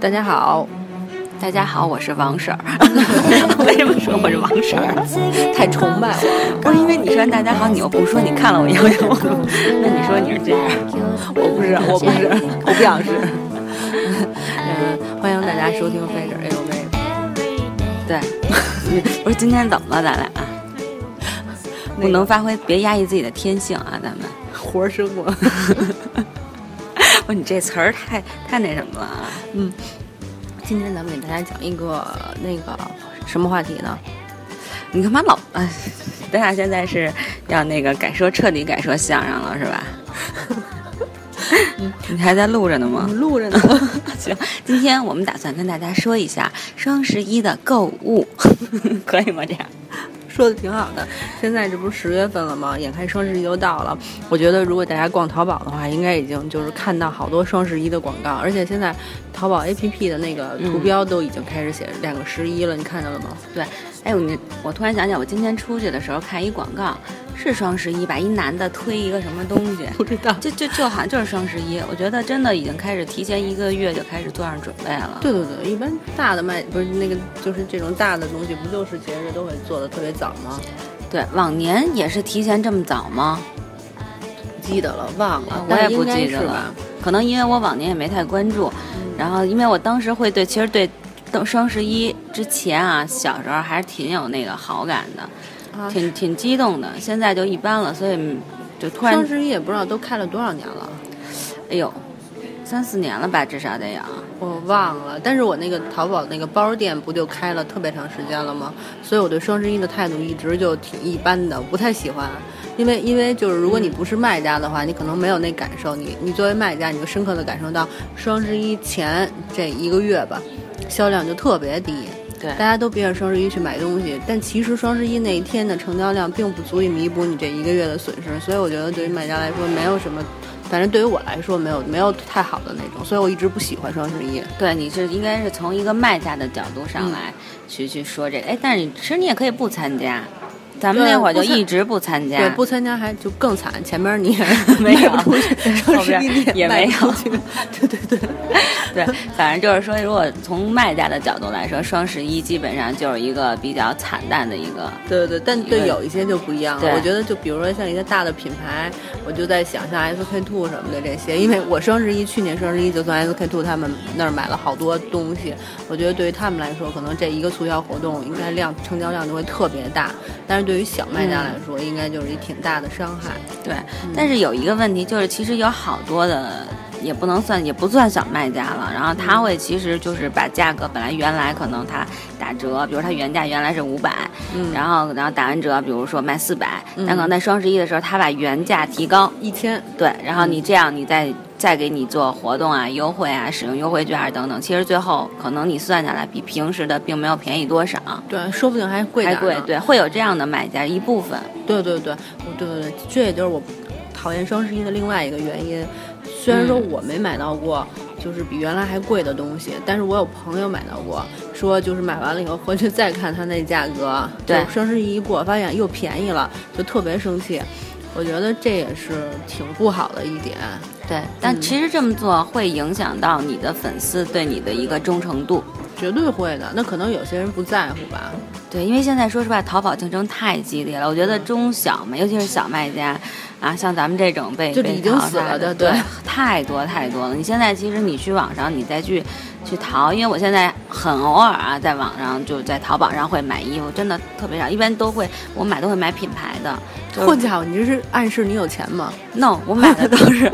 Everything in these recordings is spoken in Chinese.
大家好，大家好，我是王婶 儿。为什么说我是王婶儿？太崇拜我。不是因为你说大家好，你又不说你看了我一眼， 我那你说你是这 样？我不是，我不是，我不想是。嗯，欢迎大家收听《飞婶 A O V》。哎对， 不是今天怎么了？ 咱俩不能发挥，别压抑自己的天性啊！咱们活儿生 活。不是你这词儿太太那什么了啊！嗯，今天咱们给大家讲一个那个什么话题呢？你干嘛老…… 哎，咱俩现在是要那个改说彻底改说相声了是 吧？你还在录着呢吗？录着呢。 行，今天我们打算跟大家说一下双十一的购物， 可以吗？这样。说的挺好的，现在这不是十月份了吗？眼看双十一就到了，我觉得如果大家逛淘宝的话，应该已经就是看到好多双十一的广告，而且现在淘宝 APP 的那个图标都已经开始写两个十一了，你看到了吗？对，哎，我你我突然想起来，我今天出去的时候看一广告，是双十一吧？一男的推一个什么东西，不知道。就就就好像就是双十一。我觉得真的已经开始提前一个月就开始做上准备了。对对对，一般大的卖不是那个，就是这种大的东西，不就是节日都会做的特别早吗？对，往年也是提前这么早吗？不记得了，忘了，哦我也不但记应该得是了吧。，可能因为我往年也没太关注，嗯然后因为我当时会对，其实对等双十一之前啊，小时候还是挺有那个好感的，啊挺挺激动的。现在就一般了，所以嗯就突然双，十一也不知道都开了多少年了，哎呦，三四年了吧，至少得有。我忘了。但是我那个淘宝那个包店不就开了特别长时间了吗？所以我对双十一的态度一直就挺一般的，不太喜欢。因为因为就是如果你不是卖家的话，你可能没有那感受。你你作为卖家，你就深刻的感受到双十一前这一个月吧，销量就特别低。对大家都憋着双十一去买东西，但其实双十一那一天的成交量并不足以弥补你这一个月的损失，所以我觉得对于买家来说没有什么，反正对于我来说没有没有太好的那种，所以我一直不喜欢双十一。对，你是应该是从一个卖家的角度上嗯来去、去说这个。哎，但是你其实你也可以不参加，咱们对那会儿不就参一直不参加，对，不参加还就更惨，前面你也 没有 卖不出去对双后十边一你也卖没不有出去 对对对，对，反正就是说，如果从卖家的角度来说，双十一基本上就是一个比较惨淡的一个。对对，但对个有一些就不一样对了。我觉得就比如说像一些大的品牌，我就在想像 SK two 什么的这些，因为我双十一去年双十一就从 SK two 他们那儿买了好多东西，我觉得对于他们来说，可能这一个促销活动应该量成交量就会特别大，但是对于小卖家来说，应该就是一挺大的伤害。对，嗯但是有一个问题就是，其实有好多的。也不能算，也不算小卖家了。然后他嗯会其实就是把价格本来原来可能他打折，比如他原价原来是五百、嗯然后然后打完折，比如说卖四百、嗯但可能在双十一的时候他把原价提高，一千，对，然后你这样，你再再给你做活动啊、优惠啊、使用优惠券啊等等，其实最后可能你算下来比平时的并没有便宜多少，对，说不定还贵还点儿贵呢。。对，会有这样的买家一部分，对对对，我对对对，这也就是我讨厌双十一的另外一个原因。虽然说我没买到过，就是比原来还贵的东西，但是我有朋友买到过，说就是买完了以后回去再看它那价格，对就双十一一过发现又便宜了，就特别生气。我觉得这也是挺不好的一点。对，但其实这么做会影响到你的粉丝对你的一个忠诚度。绝对会的，那可能有些人不在乎吧。对，因为现在说实话，淘宝竞争太激烈了。我嗯觉得中小嘛，尤其是小卖家，啊，像咱们这种被就被已经淘死汰了的，的对太多太多了。你现在其实你去网上，你再去去淘，因为我现在很偶尔啊，在网上就在淘宝上会买衣服，真的特别少，一般都会我买都会买品牌的。就是混家伙，你这是暗示你有钱吗？ No，我买的都是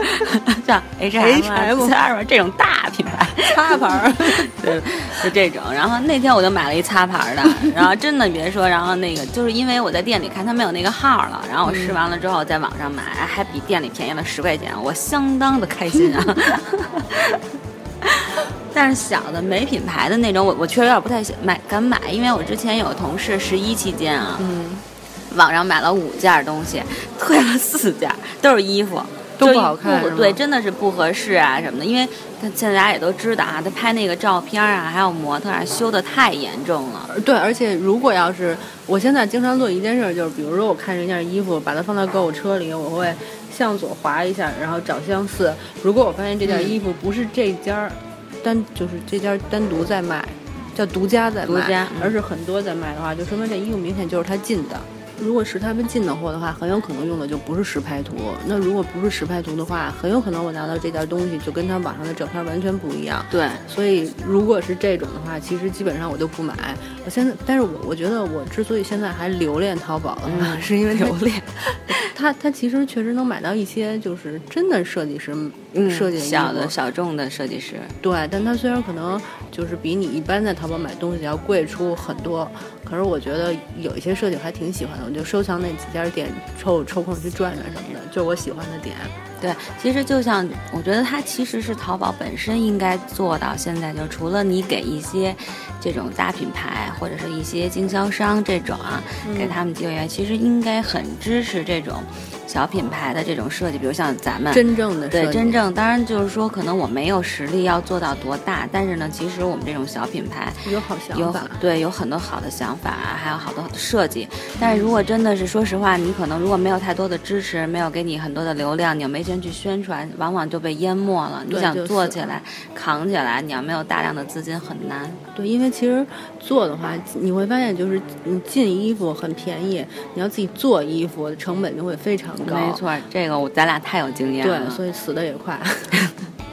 像 H M、 H&M Zara 这种大品牌。插牌儿。 对，就这种。然后那天我就买了一擦牌儿的，然后真的别说，然后那个就是因为我在店里看它没有那个号儿了，然后我试完了之后在网上买，还比店里便宜了十块钱，我相当的开心啊。但是小的没品牌的那种，我我确实有点不太想买敢买，因为我之前有同事十一期间啊，嗯，网上买了五件儿东西，退了四件儿，都是衣服，都就不好看不是吗对，真的是不合适啊什么的。因为他现在大家也都知道啊，他拍那个照片儿啊，还有模特啊，修的太严重了。对，而且如果要是我现在经常做一件事儿，就是比如说我看着一件衣服，把它放到购物车里，我会嗯向左滑一下，然后找相似。如果我发现这件衣服不是这家儿，单就是这家单独在卖，叫独家在卖，独家嗯而是很多在卖的话，就说明这衣服明显就是他进的。如果是他们进的货的话，很有可能用的就不是实拍图。那如果不是实拍图的话，很有可能我拿到这件东西就跟他网上的照片完全不一样。对，所以如果是这种的话，其实基本上我就不买。我现在，但是我我觉得我之所以现在还留恋淘宝的话，嗯 是因为它留恋，它它其实确实能买到一些就是真的设计师设计的衣嗯服小的小众的设计师，对，但它虽然可能就是比你一般在淘宝买东西要贵出很多，可是我觉得有一些设计我还挺喜欢的，我就收藏那几家店，抽抽空去转转什么的，就是我喜欢的点。对，其实就像我觉得它其实是淘宝本身应该做到现在，就除了你给一些这种大品牌或者是一些经销商这种啊，嗯给他们机会，其实应该很支持这种小品牌的这种设计，比如像咱们。真正的设计嗯对，真正当然就是说，可能我没有实力要做到多大，但是呢，其实我们这种小品牌有好有想法，对有很多好的想法，啊还有好多好的设计。但是如嗯果真的是说实话，你可能如果没有太多的支持，没有给你很多的流量，你又没钱去宣传，往往就被淹没了。你对想就是做起来、扛起来，你要没有大量的资金很难。对，因为其实做的话，你会发现就是你进衣服很便宜，你要自己做衣服成本就会非常高，没，错，这个我咱俩太有经验了。对，所以死的也快。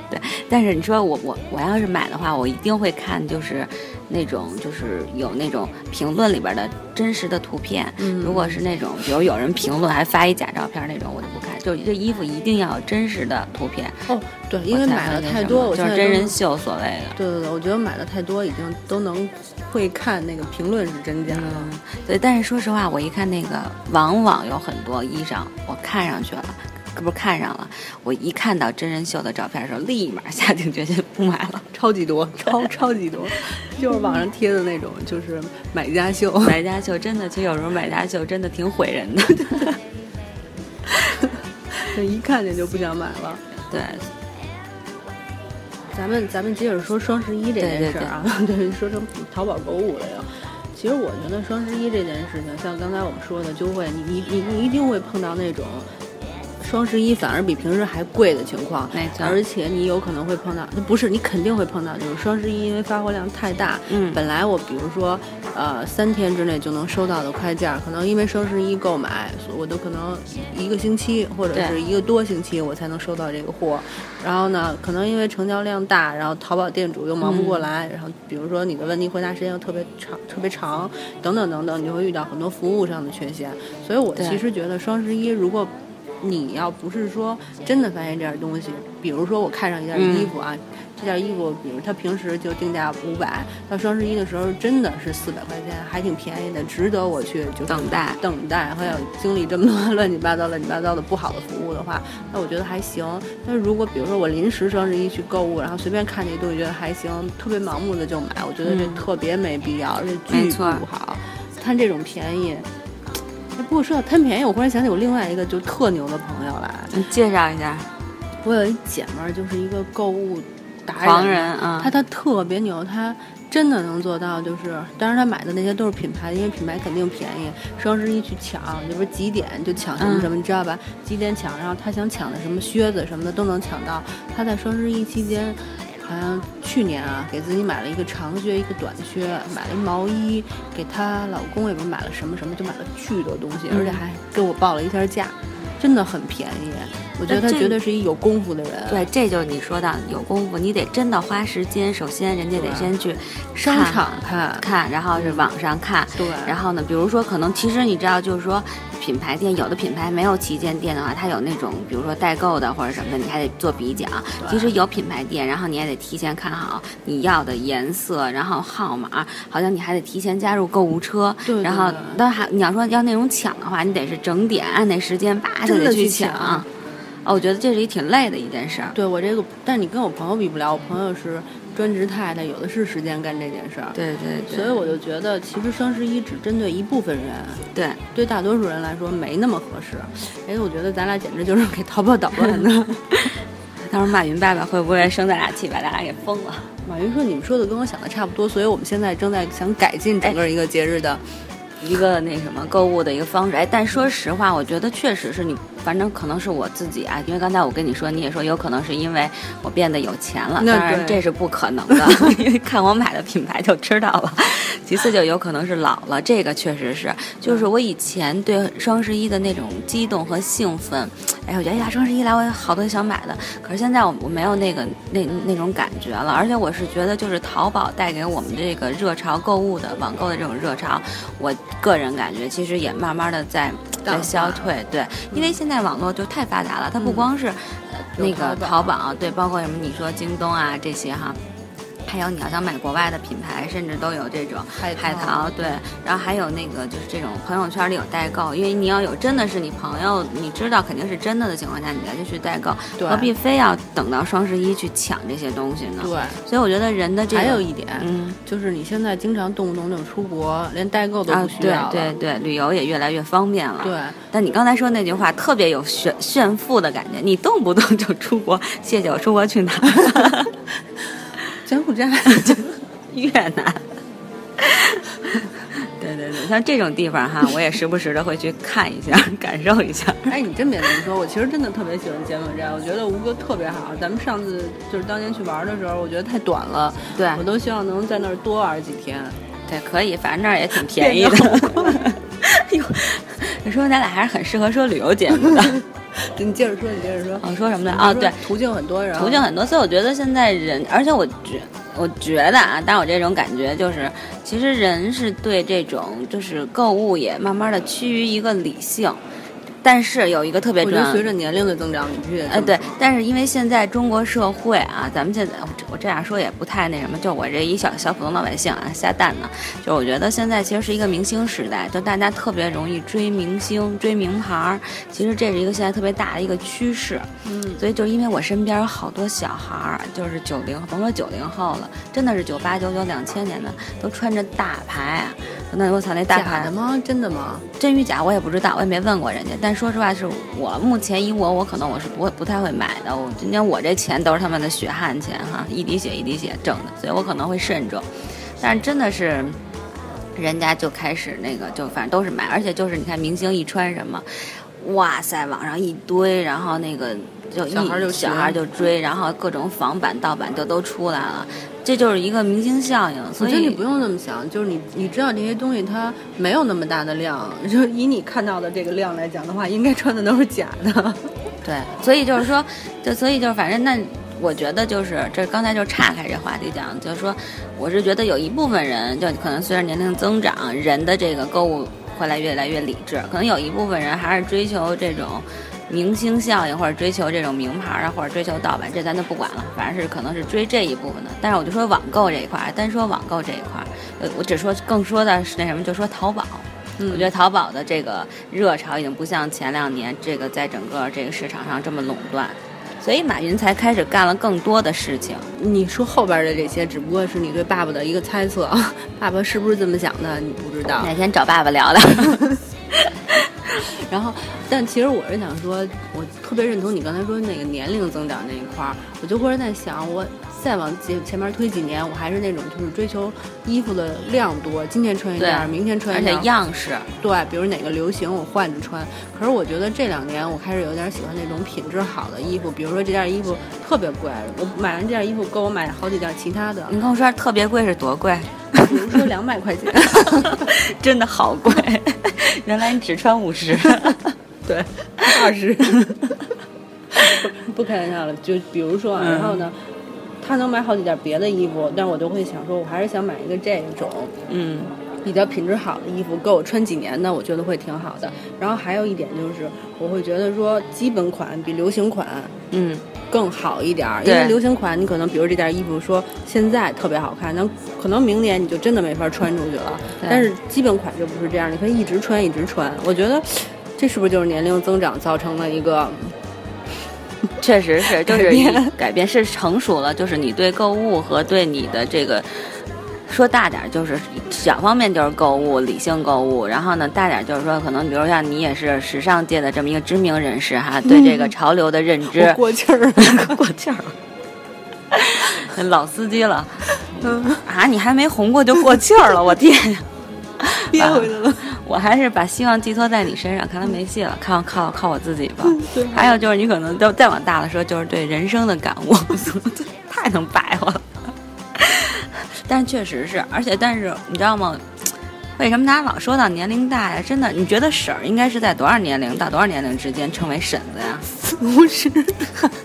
对，但是你说我我我要是买的话，我一定会看，就是那种就是有那种评论里边的真实的图片。嗯如果是那种比如有人评论还发一假照片那种，我就不看。就这衣服一定要有真实的图片，哦，对，因为我才买会了那太什多，么我就现在是都真人秀所谓的。对对对，我觉得买的太多，已经都能会看那个评论是真假了。嗯，对，但是说实话，我一看那个，往往有很多衣裳，我看上去了，可不是看上了，我一看到真人秀的照片的时候，立马下定决心不买了。超级多，超超级 多，就是网上贴的那种，就是买家秀。 买家秀真的，其实有时候买家秀真的挺毁人的。 这一看见就不想买了。对，咱们咱们接着说双十一这件事儿啊， 对说成淘宝购物了又。其实我觉得双十一这件事情，像刚才我们说的，就会你你你你一定会碰到那种双十一反而比平时还贵的情况，没错而且你有可能会碰到，不是你肯定会碰到，就是双十一因为发货量太大，嗯本来我比如说呃三天之内就能收到的快件儿，可能因为双十一购买，所以我都可能一个星期或者对是一个多星期我才能收到这个货，然后呢，可能因为成交量大，然后淘宝店主又忙不过来，然后比如说你的问题回答时间又特别长，特别长，等等等等，你就会遇到很多服务上的缺陷。所以我对其实觉得双十一如果你要不是说真的发现这件东西，比如说我看上一件衣服啊，这件衣服，比如它平时就定价五百，到双十一的时候真的是四百块钱，还挺便宜的，值得我去就是等待等待，还有经历这么多乱七八糟、乱七八糟的不好的服务的话，那我觉得还行。但是如果比如说我临时双十一去购物，然后随便看这个东西觉得还行，特别盲目的就买，我觉得这嗯特别没必要，这没巨错不好。贪这种便宜，哎不过说到贪便宜，我忽然想起我另外一个就特牛的朋友来，你嗯介绍一下我有一姐们儿就是一个购物达人，狂人啊她，她特别牛，她真的能做到，就是当然她买的那些都是品牌，因为品牌肯定便宜，双十一去抢，就不是呃几点就抢什么什么，你知道吧？几点抢，然后她想抢的什么靴子什么的都能抢到。她在双十一期间。好像去年啊，给自己买了一个长靴，一个短靴，买了一毛衣，给她老公也不是买了什么什么，就买了巨多东西，嗯而且还给我报了一下价，真的很便宜。我觉得她呃那这绝对是一有功夫的人。对，这就是你说的有功夫，你得真的花时间。首先，人家得对先去商看场看，看，然后是网上看，对，然后呢，比如说，可能其实你知道，就是说，品牌店有的品牌没有旗舰店的话，它有那种比如说代购的或者什么的，你还得做比较。对其实有品牌店，然后你还得提前看好你要的颜色，然后号码，好像你还得提前加入购物车。对对然后对，但还你要说要那种抢的话，你得是整点按那时间叭就真得的去去抢。抢哦，我觉得这是一挺累的一件事儿。对我这个，但你跟我朋友比不了，我朋友是专职太太，有的是时间干这件事儿。对对所以我就觉得，其实双十一只针对一部分人，对，对大多数人来说没那么合适。哎，我觉得咱俩简直就是给淘宝捣 乱的。到时候马云爸爸会不会生咱俩气，把咱俩给封了？马云说：“你们说的跟我想的差不多，所以我们现在正在想改进整个一个节日的。一个那什么购物的一个方式。哎，但说实话，我觉得确实是你反正可能是我自己啊，因为刚才我跟你说，你也说有可能是因为我变得有钱了，那当然对这是不可能的， 因为看我买的品牌就知道了。其次就有可能是老了，这个确实是，就是我以前对双十一的那种激动和兴奋，哎，我觉得哎呀，双十一来我有好多想买的，可是现在我我没有那个那那种感觉了，而且我是觉得就是淘宝带给我们这个热潮购物的网购的这种热潮，我个人感觉其实也慢慢的在在淡化消退，对，因为现在网络就太发达了，它不嗯光是、呃那有个淘淘宝，啊对，包括什么你说京东啊这些哈。还有你要想买国外的品牌，甚至都有这种海淘哎海淘，啊对，然后还有那个就是这种朋友圈里有代购，因为你要有真的是你朋友，你知道肯定是真的的情况下，你再去去代购，对何必非要等到双十一去抢这些东西呢？对，所以我觉得人的啊这个，还有一点。嗯就是你现在经常动不动就出国，连代购都啊不，需对要了。对对，旅游也越来越方便了。对，但你刚才说那句话特别有炫炫富的感觉，你动不动就出国，谢谢我出国去哪儿？柬埔 寨 越南。对对对，像这种地方哈，我也时不时的会去看一下， 感受一下。 哎，你真别这么说，我其实真的特别喜欢柬埔寨，我觉得吴哥特别好。咱们上次就是当年去玩的时候，我觉得太短了，对我都希望能在那儿多玩几天。对，可以，反正那儿也挺便宜的便宜。 哎呦，你说咱俩还是很适合说旅游节目 的。你接着说，你接着说。我说什么呢？啊，你对说，途径很多，然后途径很多，所以我觉得现在人，而且我觉我觉得啊，但我这种感觉就是，其实人是对这种就是购物也慢慢的趋于一个理性，但是有一个特别我重觉要得的随着年龄的增长，你必须得这么哎，对说，但是因为现在中国社会啊，咱们现在我这我这样说也不太那什么，就我这一小小普通老百姓啊，瞎蛋呢。就我觉得现在其实是一个明星时代，就大家特别容易追明星、追名牌儿，其实这是一个现在特别大的一个趋势。嗯，所以就因为我身边有好多小孩儿，就是九零，甭说九零后了，真的是九八、九九、两千年的，都穿着大牌、啊。那我操，那大牌假的吗？真的吗？真与假我也不知道，我也没问过人家。但说实话，是我目前以我，我可能我是不会不太会买的。我今天我这钱都是他们的血汗钱哈，一滴血一滴血挣的，所以我可能会慎重。但是真的是，人家就开始那个，就反正都是买，而且就是你看明星一穿什么，哇塞，网上一堆，然后那个就一小孩儿就小学孩儿就追，然后各种仿版、盗版就都出来了，这就是一个明星效应。我所觉得以你不用那么想，就是你你知道这些东西它没有那么大的量，就以你看到的这个量来讲的话，应该穿的都是假的。对，所以就是说，就所以就是反正那。我觉得就是这刚才就岔开这话题讲，就是说，我是觉得有一部分人，就可能随着年龄增长，人的这个购物会来越来越理智，可能有一部分人还是追求这种明星效应，或者追求这种名牌啊，或者追求盗版，这咱就不管了，反正是可能是追这一部分的。但是我就说网购这一块儿，单说网购这一块儿，呃我只说更说的是那什么，就说淘宝，嗯我觉得淘宝的这个热潮已经不像前两年这个在整个这个市场上这么垄断，所以马云才开始干了更多的事情。你说后边的这些，只不过是你对爸爸的一个猜测， 爸爸是不是这么想的，你不知道。哪天找爸爸聊聊？然后，但其实我是想说，我特别认同你刚才说那个年龄增长那一块儿，我就忽然在想，我再往前前面推几年，我还是那种就是追求衣服的量多，今天穿一件儿，对明天 穿而一且件儿，样式，对，比如哪个流行我换着穿。可是我觉得这两年我开始有点喜欢那种品质好的衣服，比如说这件衣服特别贵，我买完这件衣服够我买好几件其他的，你跟我说特别贵是多贵？ 比如说两百块钱。真的好贵， 原来你只穿五十。 对，二十， 不开玩笑了。就比如说啊，嗯然后呢，他能买好几件别的衣服，但我就会想说，我还是想买一个这种嗯，比较品质好的衣服，够我穿几年的，我觉得会挺好的。然后还有一点就是，我会觉得说，基本款比流行款。嗯，更好一点儿，因为对流行款你可能，比如这件衣服说现在特别好看，那可能明年你就真的没法穿出去了。对但是基本款就不是这样，你可以一直穿一直穿。我觉得这是不是就是年龄增长造成了一个？确实 是，就是你改变改变是成熟了，就是你对购物和对你的这个。说大点儿就是小方面就是购物，理性购物，然后呢大点儿就是说，可能比如像你也是时尚界的这么一个知名人士哈，对这个潮流的认知，嗯我过气儿 了，过气儿了，老司机了嗯啊 啊！你还没红过就过气儿了，我天呀！啊憋回去了。我还是把希望寄托在你身上，看来没戏了，靠靠靠我自己吧。还有就是你可能再再往大了说，就是对人生的感悟，太能白话了。但确实是，而且但是你知道吗？为什么大家老说到年龄大呀？真的，你觉得婶儿应该是在多少年龄到多少年龄之间称为婶子呀？不是，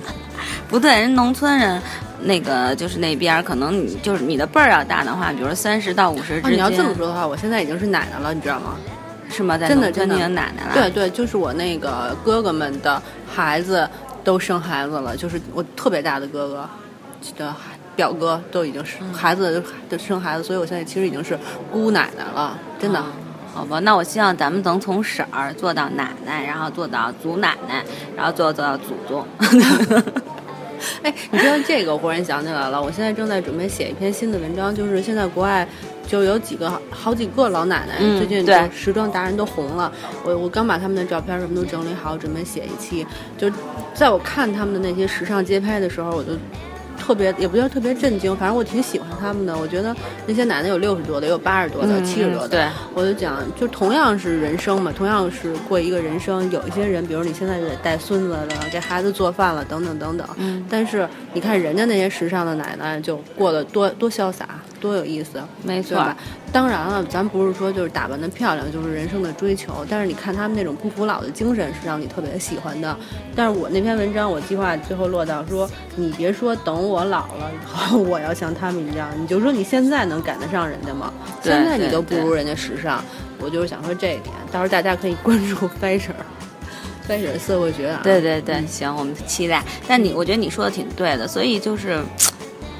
不对，人农村人那个就是那边儿可能你就是你的辈儿要大的话，比如说三十到五十之啊，间，你要这么说的话，我现在已经是奶奶了，你知道吗？是吗？在真的农村真的你奶奶了，对对，就是我那个哥哥们的孩子都生孩子了，就是我特别大的哥哥的表哥都已经是孩子都生孩子，所以我现在其实已经是姑奶奶了，真的。啊好吧，那我希望咱们能从婶儿做到奶奶，然后做到祖奶奶，然后做做到祖宗。嗯 哎，你知道这个，我忽然想起来了，我现在正在准备写一篇新的文章，就是现在国外就有几个好几个老奶奶，嗯最近就对时装达人都红了。我我刚把他们的照片什么都整理好，准备写一期。就在我看他们的那些时尚街拍的时候，我就。特别也不叫特别震惊，反正我挺喜欢他们的。我觉得那些奶奶有六十多的，有八十多的，七十、多的，嗯对，我就讲，就同样是人生嘛，同样是过一个人生，有一些人，比如你现在得带孙子了，给孩子做饭了，等等等等。嗯但是你看人家那些时尚的奶奶，就过得多多潇洒，多有意思，没对错吧。？当然了，咱不是说就是打扮的漂亮就是人生的追求，但是你看他们那种不服老的精神是让你特别喜欢的。但是我那篇文章，我计划最后落到说，你别说等我老了以后我要像他们一样，你就说你现在能赶得上人家吗？对现在你对都不如人家时尚。我就是想说这一点，到时候大家可以关注 fashion fashion 社会学啊。对对对，行，我们期待。但你，我觉得你说的挺对的，所以就是，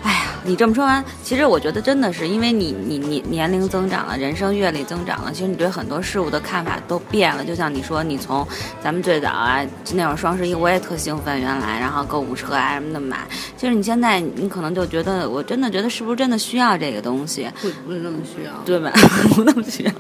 哎呀，你这么说完，其实我觉得真的是因为你你你年龄增长了，人生阅历增长了，其实你对很多事物的看法都变了。就像你说，你从咱们最早啊那会儿双十一，我也特兴奋，原来然后购物车啊什么的买，其实你现在你可能就觉得，我真的觉得是不是真的需要这个东西，不不是那么需要。对吧？ 不那么需要，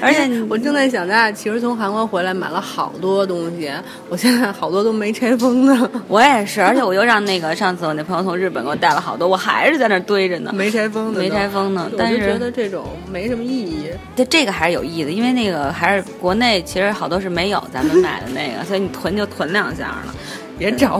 而且你我正在想，咱俩其实从韩国回来买了好多东西，我现在好多都没拆封呢，我也是，而且我又让那个上次我那朋友从日本给我带了好多，我还是在那儿堆着呢，没拆封的，没拆。封呢。但我就觉是得这种没什么意义。这这个还是有意义的，因为那个还是国内其实好多是没有咱 们买的那个，所以你囤就囤两箱了。别找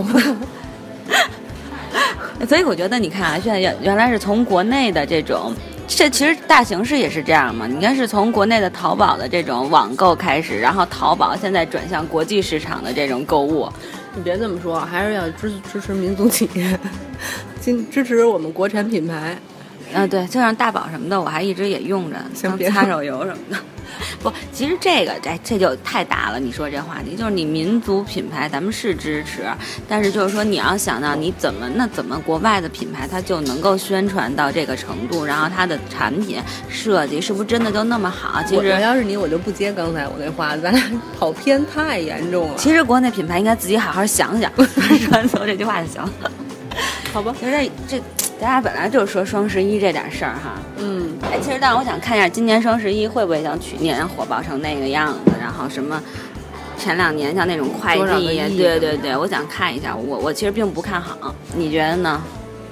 我，所以我觉得你看啊，现在原原来是从国内的这种。这其实大形势也是这样嘛，你看是从国内的淘宝的这种网购开始，然后淘宝现在转向国际市场的这种购物， 你别这么说，啊还是要支支持民族企 业，支支持我们国产品牌。啊，对，就像大宝什么的，我还一直也用着，行当别擦说手油什么的。 不，其实这个哎，这就太大了。你说这话题，就是你民族品牌，咱们是支持，但是就是说你要想到你怎么那怎么国外的品牌它就能够宣传到这个程度，然后它的产品设计是不是真的就那么好？其我我实。要是你，我就不接刚才我那话，咱俩跑偏太严重了。其实国内品牌应该自己好好想 想，说完最后这句话就行了。好吧，其实这这，咱俩本来就是说双十一这点事儿哈，嗯，哎，其实但是我想看一下今年双十一会不会像去年火爆成那个样子，然后什么。前两年像那种快多少个递亿呀，什么对的对对，我想看一下，我我其实并不看好，你觉得呢？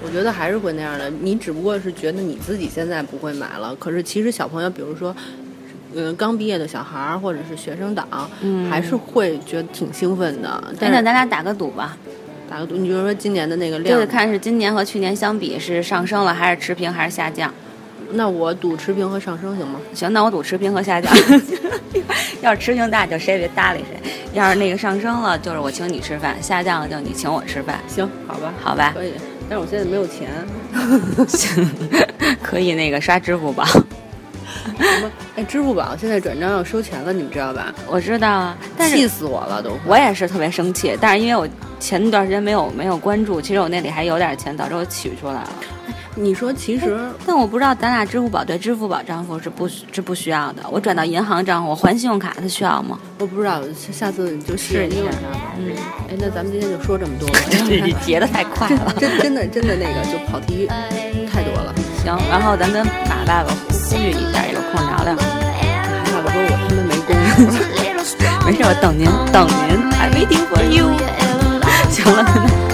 我觉得还是会那样的。你只不过是觉得你自己现在不会买了，可是其实小朋友，比如说，嗯，刚毕业的小孩儿或者是学生党，嗯还是会觉得挺兴奋的。哎但那是咱俩打个赌吧，打个赌，你比如说今年的那个就量，是看是今年和去年相比是上升了还是持平还是下降。那我赌持平和上升行吗？行，那我赌持平和下降。 要是持平，大家就谁也别搭理谁；要是那个上升了，就是我请你吃饭；下降了，就你请我吃饭，行，好吧，好吧？ 可以。但是我现在没有钱。行，可以那个刷支付宝。哎，支付宝现在转账要收钱了，你们知道吧？我知道啊，但是气死我了都！我也是特别生气，但是因为我前段时间没有没有关注，其实我那里还有点钱，早知道我取出来了。你说其实但我不知道咱俩支付宝对支付宝账户是不需是不需要的，我转到银行账户，我还信用卡它需要吗？我不知道，下次你就试试一用下下吧。嗯，哎，那咱们今天就说这么多 你了。结的太快 了。真真的真的那个就跑题太多了，行，然后咱跟马爸爸呼吁一下，有空聊聊。还好我说我他妈没功夫。没事，我等您，等您，I waiting for you。行了，跟大家。